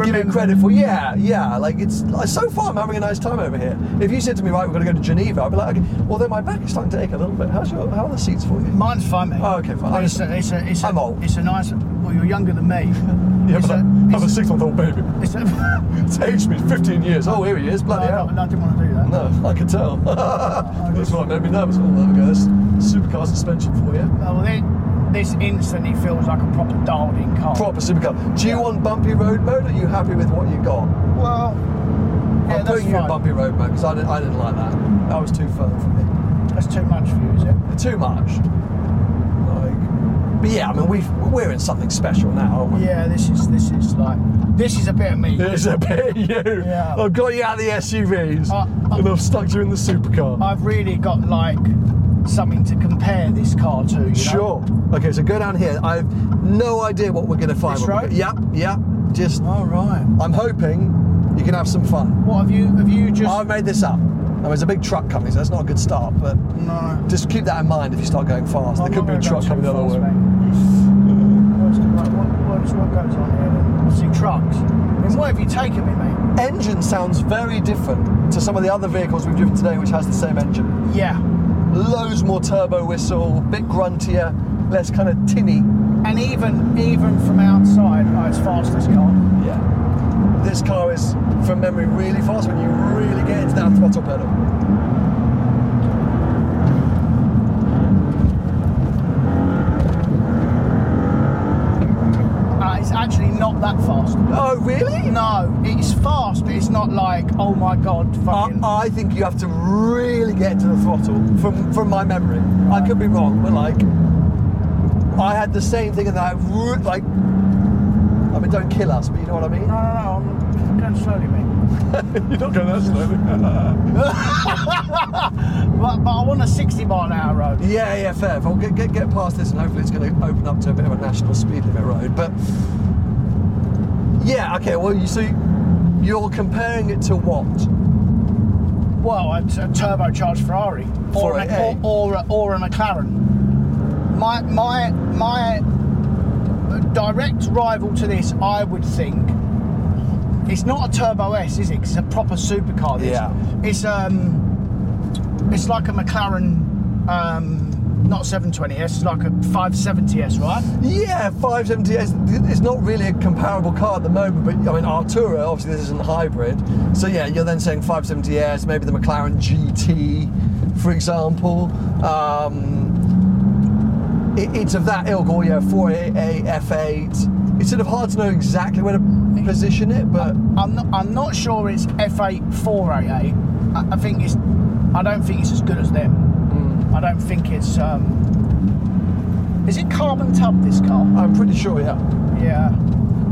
S1: give it credit for. Yeah, yeah. Like it's like, so far, I'm having a nice time over here. If you said to me, right, we're going to go to Geneva, I'd be like, okay, well, then my back is starting to ache a little bit. How's your how are the seats for you?
S2: Mine's fine, mate.
S1: Oh, okay, fine.
S2: It's a, it's a, it's a,
S1: I'm old.
S2: It's a nice. Well, you're younger than me. it's a, it's
S1: six month old baby.
S2: it's a-
S1: It's aged me 15 years. Oh, here he is. Bloody
S2: no, no, I didn't want to do that.
S1: No, I could tell. That's what made me nervous. Oh, there we go. That's supercar suspension for you.
S2: Oh, well, thi- this instantly feels like a proper dialed in car.
S1: Proper supercar. Do you want bumpy road mode? Or are you happy with what you got?
S2: Well, yeah,
S1: I'm
S2: that's
S1: putting you in
S2: fine.
S1: bumpy road mode because I didn't, I didn't like that. That was too firm for me.
S2: That's too much for you, is it?
S1: Too much. Like, but yeah, I mean, we've, we're in something special now, aren't we?
S2: Yeah, this is this is like this is a bit of me.
S1: It's a bit you.
S2: Yeah.
S1: I've got you out of the SUVs
S2: Uh, uh,
S1: and I've stuck you in the supercar.
S2: I've really got like something to compare this car to. You know?
S1: Sure. Okay, so go down here. I've no idea what we're going to find.
S2: This
S1: when we
S2: road?
S1: go- Yep, yep. Just,
S2: All right.
S1: I'm hoping you can have some fun.
S2: What have you? Have you just?
S1: I've made this up. I mean, there's a big truck coming, so that's not a good start, but
S2: no.
S1: just keep that in mind if you start going fast. there
S2: I'm
S1: could
S2: not
S1: be a
S2: gonna go
S1: truck
S2: too
S1: coming the other
S2: fast,
S1: way.
S2: mate. What's the- What, what, what's- what goes on here? Then? I see trucks. I mean, where have you taken me, mate?
S1: engine sounds very different to some of the other vehicles we've driven today, which has the same engine.
S2: Yeah.
S1: Loads more turbo whistle, bit gruntier, less kind of tinny.
S2: And even even from outside, oh, it's fast this car.
S1: Yeah. This car is, from memory, really fast when you really get into that throttle pedal.
S2: Uh, it's actually not that fast.
S1: Oh, really?
S2: No, it's fast, but it's not like, oh my god,
S1: I,
S2: fucking.
S1: I think you have to really get to the throttle from, from my memory. I could be wrong, but like, I had the same thing and I, re- like, I mean, don't kill us, but you know what I mean?
S2: no, no, no, I'm going slowly, mate.
S1: You're not going that slowly.
S2: But, but I want a 60 mile an hour road.
S1: Yeah, yeah, fair. Well, get, get, get past this and hopefully it's going to open up to a bit of a national speed limit road. But yeah, okay, well, you see, you're comparing it to what?
S2: Well, a, a turbocharged Ferrari. Or, an,
S1: 488.
S2: or, or, a, or a McLaren. My, my, my direct rival to this, I would think, it's not a Turbo S, is it? 'Cause it's a proper supercar, this.
S1: Yeah.
S2: It's, um, it's like a McLaren. Um, not 720S, it's like a 570S, right?
S1: Yeah, 570S. It's not really a comparable car at the moment, but I mean, Artura, obviously, this isn't hybrid. So, yeah, you're then saying 570S, maybe the McLaren GT, for example. Um, it, it's of that ilk, or yeah, 488, F8. It's sort of hard to know exactly where to position it, but
S2: I'm not, I'm not sure it's F8 488. I, I think it's. I don't think it's as good as them. I don't think it's. Um, is it carbon tub this car?
S1: I'm pretty sure, yeah.
S2: Yeah,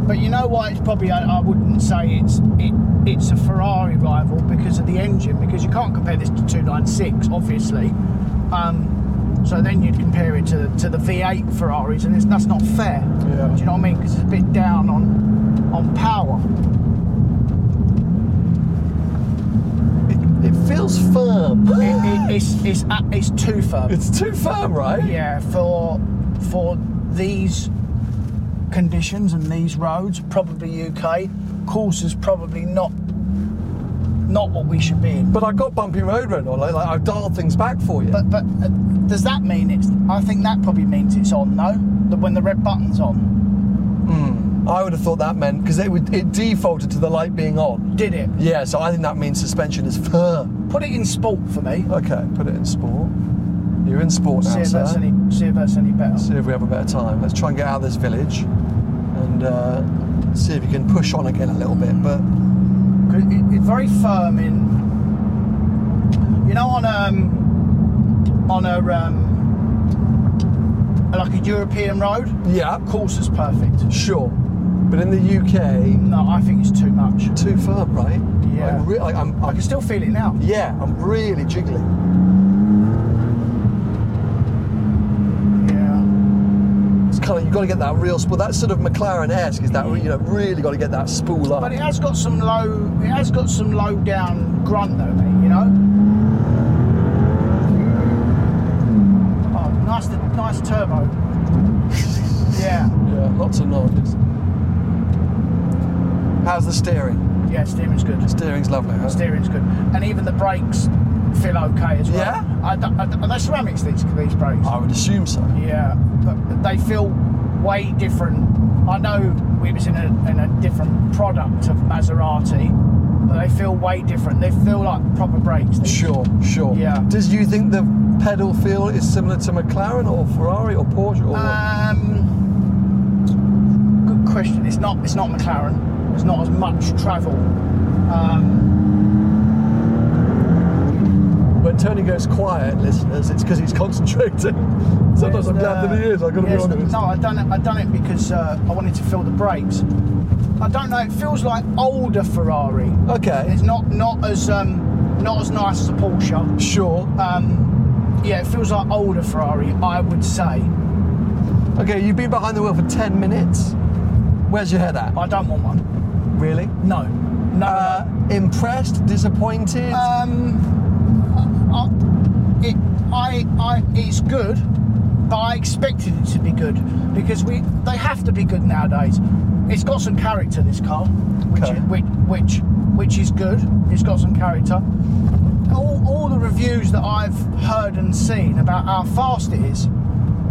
S2: but you know why it's probably I, I wouldn't say it's it, it's a Ferrari rival because of the engine because you can't compare this to 296 obviously. Um, so then you'd compare it to to the V8 Ferraris and it's, that's not fair.
S1: Yeah.
S2: Do you know what I mean? Because it's a bit down on on power.
S1: It, it feels firm.
S2: It, it, it's, it's a- it's too firm.
S1: It's too firm, right?
S2: yeah, for for these conditions and these roads, probably UK course is probably not not what we should be in.
S1: But I got bumpy road rent on. Like, like I've dialed things back for you.
S2: But but uh, does that mean it's? I think that probably means it's on. No, that when the red button's on,
S1: I would have thought that meant because it would it defaulted to the light being on.
S2: did it?
S1: Yeah, so I think that means suspension is firm.
S2: Put it in sport for me.
S1: Okay, put it in sport. You're in sport now,
S2: see if
S1: sir.
S2: that's any. See if that's any better.
S1: see if we have a better time. Let's try and get out of this village and uh, see if you can push on again a little bit. But
S2: 'Cause it- it's very firm in. You know, on um, on a um, like a European road.
S1: yeah,
S2: Of course, it's perfect.
S1: sure. But in the UK,
S2: No, I think it's too much.
S1: too firm, right?
S2: Yeah.
S1: I'm re- like, I'm,
S2: I
S1: I
S2: can still feel it now.
S1: yeah, I'm really jiggling.
S2: Yeah.
S1: It's kind of you've got to get that real spool. That's sort of McLaren-esque. Is that re- you know really got to get that spool up?
S2: But it has got some low. It has got some low down grunt though, mate. You know. Oh, nice, nice turbo. yeah.
S1: Yeah, lots of noise. How's the steering?
S2: Yeah, steering's good.
S1: Steering's lovely. Huh?
S2: Steering's good, and even the brakes feel okay as well.
S1: Yeah? Oh.
S2: I don't- I don't- are they ceramics these these brakes?
S1: I would assume so.
S2: Yeah, but they feel way different. I know we was in a, in a different product of Maserati, but they feel way different. They feel like proper brakes. These.
S1: Sure, sure.
S2: Yeah.
S1: Does you think the pedal feel is similar to McLaren or Ferrari or Porsche or what?
S2: Um, good question. It's not. It's not McLaren. There's not as much travel. Um,
S1: When Tony goes quiet, listeners, it's because he's concentrating. Sometimes I'm
S2: there's,
S1: glad that he
S2: uh,
S1: is. I've got to be
S2: yes,
S1: honest.
S2: No, I done it. I done it because uh, I wanted to feel the brakes. I don't know. It feels like older Ferrari.
S1: Okay.
S2: It's not not as um, not as nice as a Porsche.
S1: Sure.
S2: Um, yeah, it feels like older Ferrari, I would say.
S1: okay, you've been behind the wheel for 10 minutes. Where's your head at?
S2: I don't want one.
S1: Really?
S2: No. No.
S1: Uh, impressed? Disappointed?
S2: um, I, it, I, I, it's good, but I expected it to be good because we they have to be good nowadays. It's got some character, this car, which,
S1: Okay.
S2: is, which, which, which is good. It's got some character. All, all the reviews that I've heard and seen about how fast it is,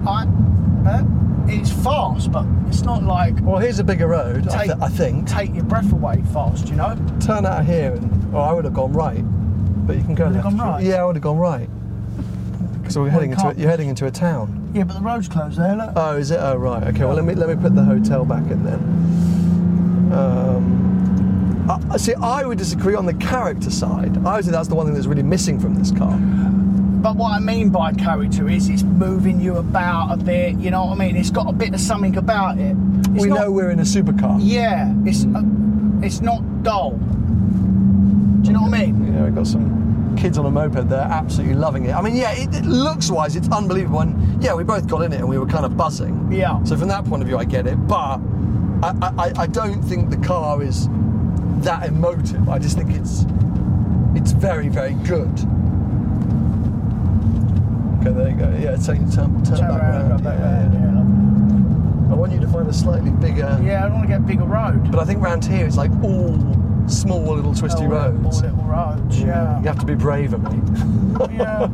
S2: I, uh, it's fast, but it's not like
S1: well, here's a bigger road, I,
S2: take,
S1: th- I think.
S2: take your breath away fast, you know.
S1: turn out here and or I would have gone right. But you can go
S2: Would have
S1: left.
S2: gone right?
S1: Yeah, I would have gone right. So we're
S2: Well,
S1: heading
S2: you
S1: into a,
S2: can't-
S1: you're heading into a town.
S2: Yeah, but the road's closed there. Look.
S1: Oh, is it? Oh, right. Okay. Well, let me let me put the hotel back in then. Um, I, I- see, I would disagree on the character side. I would say that's the one thing that's really missing from this car.
S2: But what I mean by character is it's moving you about a bit. You know what I mean? It's got a bit of something about it. It's
S1: we
S2: not-
S1: know we're in a supercar.
S2: Yeah, it's uh, it's not dull. Do you know what I mean?
S1: Yeah, we've got some kids on a moped there, absolutely loving it. I mean, yeah, it, it looks wise, it's unbelievable. And yeah, we both got in it and we were kind of buzzing.
S2: Yeah.
S1: So from that point of view, I get it. But I, I, I- I don't think the car is that emotive. I just think it's it's very, very good. Okay, there you go. Yeah, it's taking turn, turn,
S2: Turn
S1: back
S2: around,
S1: round.
S2: go back
S1: Yeah,
S2: round,
S1: yeah.
S2: yeah, lovely.
S1: I want you to find a slightly bigger.
S2: Yeah, I don't want to get a bigger road.
S1: But I think round here it's like all small little twisty
S2: All little-
S1: roads.
S2: All little roads. Yeah. Oh,
S1: You have to be braver, mate.
S2: yeah.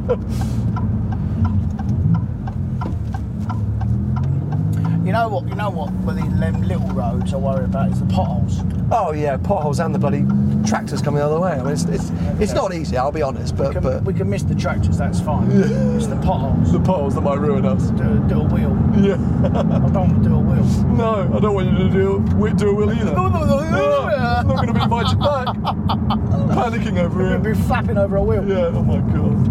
S2: know what? You know what? Well, the them little roads I worry about is the potholes.
S1: Oh yeah, potholes and the bloody tractors coming the other way. I mean, it's it's, it's not easy. I'll be honest, but
S2: Can-
S1: but
S2: we can miss the tractors. That's fine. it's the potholes.
S1: the potholes that might ruin us.
S2: Do, do a wheel.
S1: Yeah.
S2: I don't want to do a wheel.
S1: No, I don't want you to do we do a will either. No, I'm not going to be invited back. Panicking over
S2: We'd
S1: here.
S2: be flapping over a wheel.
S1: Yeah, oh my god.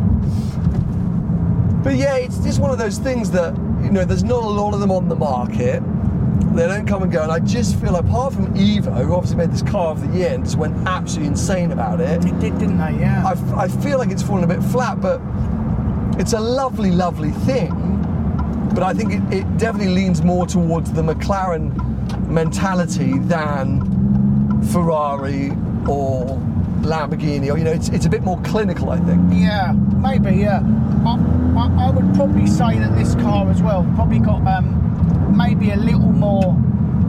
S1: But yeah, it's just one of those things that, you know, there's not a lot of them on the market. They don't come and go, and I just feel like, apart from Evo, who obviously made this car of the year and just went absolutely insane about it,
S2: It did, didn't they? Yeah.
S1: I, f- I feel like it's fallen a bit flat, but it's a lovely, lovely thing. But I think it, it definitely leans more towards the McLaren mentality than Ferrari or Lamborghini. Or you know, it's, it's a bit more clinical, I think.
S2: Yeah, maybe. Yeah, I, I, I would probably say that this car as well probably got um, maybe a little more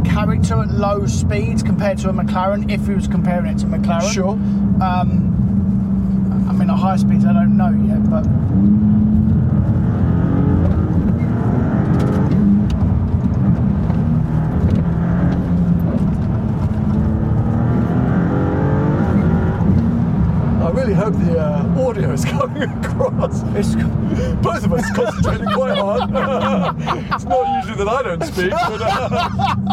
S2: character at low speeds compared to a McLaren. If he was comparing it to McLaren,
S1: Sure.
S2: I mean, at high speeds, I don't know yet, but
S1: I really hope the uh, audio is coming across.
S2: it's
S1: Both of us concentrating quite hard. it's not usually that I don't speak, but uh,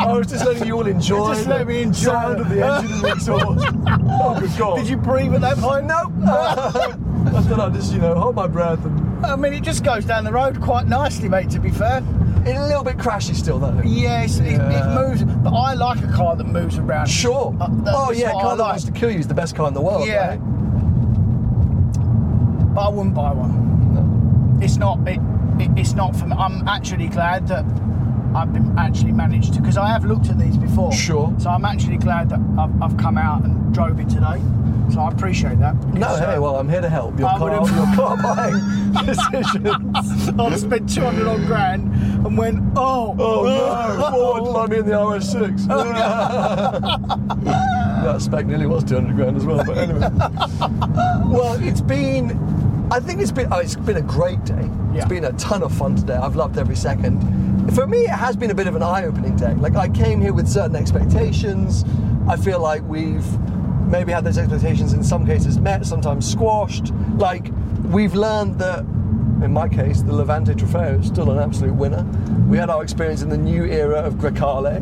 S1: I was just letting you all enjoy
S2: Just
S1: the
S2: let me enjoy
S1: sound
S2: it.
S1: of the engine and the exhaust. oh, good God.
S2: Did you breathe at that point? No.
S1: I thought I'd just, you know, hold my breath. And...
S2: I mean, it just goes down the road quite nicely, mate. To be fair.
S1: It's a little bit crashy still, though.
S2: Yes, it,
S1: Yeah.
S2: it moves. But I like a car that moves around.
S1: Sure.
S2: Uh, that's
S1: oh, yeah,
S2: what I
S1: car that
S2: like.
S1: wants to kill you is the best car in the world,
S2: Yeah.
S1: right?
S2: Oh, But I wouldn't buy one. It's not. It, it, it's not for me. I'm actually glad that I've been actually managed to because I have looked at these before.
S1: Sure.
S2: So I'm actually glad that I've, I've come out and drove it today. So I appreciate that.
S1: No,
S2: because, uh,
S1: hey, well, I'm here to help. Your
S2: I
S1: car,
S2: would've-
S1: your car buying decisions.
S2: I've spent 200 odd grand and went, oh,
S1: Oh no! Forward lummy in the RS6. that spec nearly was 200 grand as well, but anyway. well, it's been. I think it's been. Oh, it's been a great day.
S2: Yeah.
S1: It's been a ton of fun today. I've loved every second. For me, it has been a bit of an eye-opening day. Like I came here with certain expectations. I feel like we've maybe had those expectations in some cases met, sometimes squashed. Like we've learned that in my case, the Levante Trofeo is still an absolute winner. We had our experience in the new era of Grecale,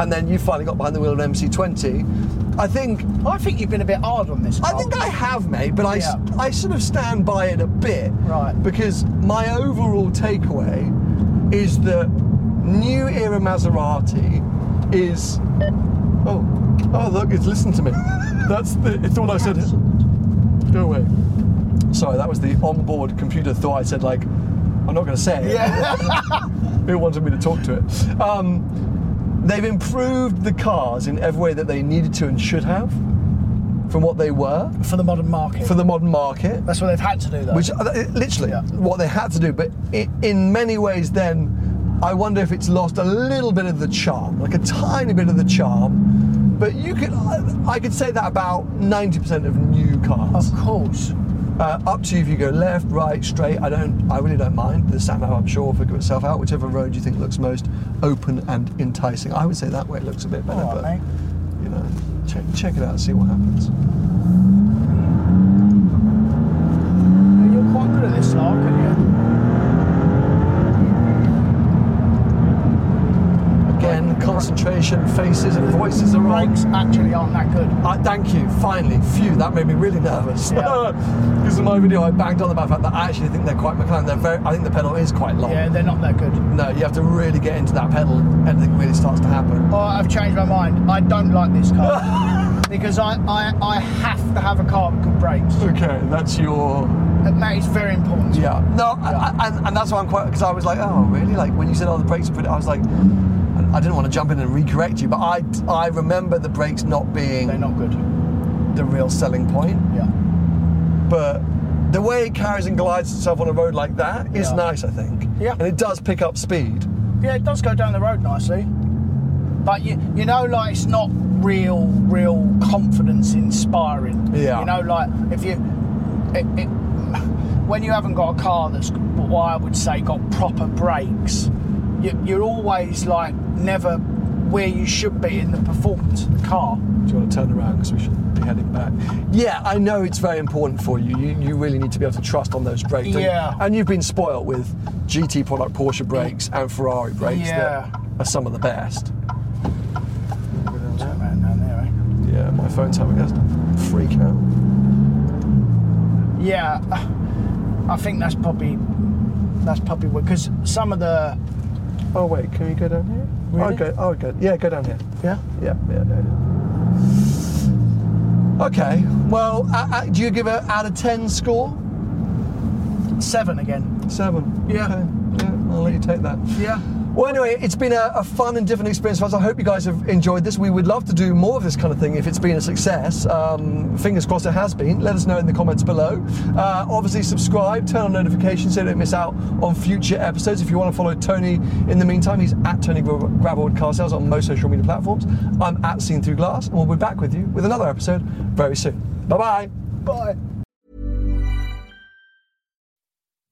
S1: and then you finally got behind the wheel of an MC20. I think
S2: I think you've been a bit hard on this.
S1: I
S2: car.
S1: think I have, mate, but I, s-
S2: Oh. Yeah.
S1: I sort of stand by it a bit.
S2: Right.
S1: Because my overall takeaway is that new era Maserati is. Oh, oh, look, it's listened to me. That's the. It thought I said. Go away. Sorry, that was the onboard computer thought I said, like, I'm not going to say it. Yeah. Who wanted me to talk to it? Um, they've improved the cars in every way that they needed to and should have from what they were
S2: for the modern market.
S1: for the modern market,
S2: That's what they've had to do, though.
S1: which uh, it- literally
S2: Yeah.
S1: what they had to do. But i in many ways, then I wonder if it's lost a little bit of the charm, like a tiny bit of the charm. But you could, I, I could say that about ninety percent of new cars.
S2: of course.
S1: Uh, up to you if you go left, right, straight. I don't, I really don't mind. The sat nav, I'm sure, will figure itself out. Whichever road you think looks most open and enticing, I would say that way it looks a bit better.
S2: All
S1: but
S2: right, mate.
S1: you know, check check it out, and see what happens.
S2: You're quite good at this, Lark, aren't you?
S1: Again, concentration, faces, and voices are on.
S2: Brakes actually aren't that good.
S1: I Uh, thank you, finally. Phew, that made me really nervous.
S2: Yeah.
S1: Because in my video, I banged on about the fact that I actually think they're quite McLaren. They're very, I think the pedal is quite long.
S2: Yeah, they're not that good.
S1: No, you have to really get into that pedal, everything really starts to happen.
S2: Oh, I've changed my mind. I don't like this car because I, I, I have to have a car with good brakes.
S1: Okay, that's your.
S2: And that is very important. to me.
S1: Yeah. No, I, I, and, and that's why I'm quite. Because I was like, oh, really? Like, when you said, oh, the brakes are pretty. I was like, I I didn't want to jump in and recorrect you, but I, I remember the brakes not being
S2: They're not good.
S1: the real selling point.
S2: Yeah.
S1: but the way it carries and glides itself on a road like that is
S2: Yeah.
S1: nice, I think.
S2: Yeah.
S1: And it does pick up speed.
S2: Yeah, it does go down the road nicely. But you, you know, like it's not real, real confidence inspiring.
S1: Yeah.
S2: You know, like if you, it, it, when you haven't got a car that's what I would say got proper brakes,
S6: you, you're always like never where you should be in the performance of the car.
S1: Do you want to turn around because we should be heading back? Yeah, I know it's very important for you. You, you really need to be able to trust on those brakes. don't you?
S6: Yeah.
S1: And you've been spoilt with GT product Porsche brakes and Ferrari brakes
S6: Yeah.
S1: that are some of the best.
S6: Turn around down there, eh?
S1: Yeah, my phone's having a freak out.
S6: Yeah, I think that's probably that's probably because some of the
S1: Oh wait, can you go down here?
S6: Really?
S1: Oh go, oh go, yeah, go down here.
S6: yeah
S1: Yeah, yeah, yeah. yeah. Okay, well, uh, uh, do you give it out of ten score?
S6: seven again.
S1: Seven.
S6: Yeah.
S1: Okay. Yeah, I'll let you take that.
S6: Yeah,
S1: Well, anyway, it's been a, a fun and different experience for us. I hope you guys have enjoyed this. We would love to do more of this kind of thing if it's been a success. Um, fingers crossed it has been. Let us know in the comments below. Uh, obviously, subscribe, turn on notifications so you don't miss out on future episodes. If you want to follow Tony in the meantime, he's at Tony Gra- Gravel Car Sales on most social media platforms. I'm at Seen Through Glass, and we'll be back with you with another episode very soon. Bye bye.
S6: bye.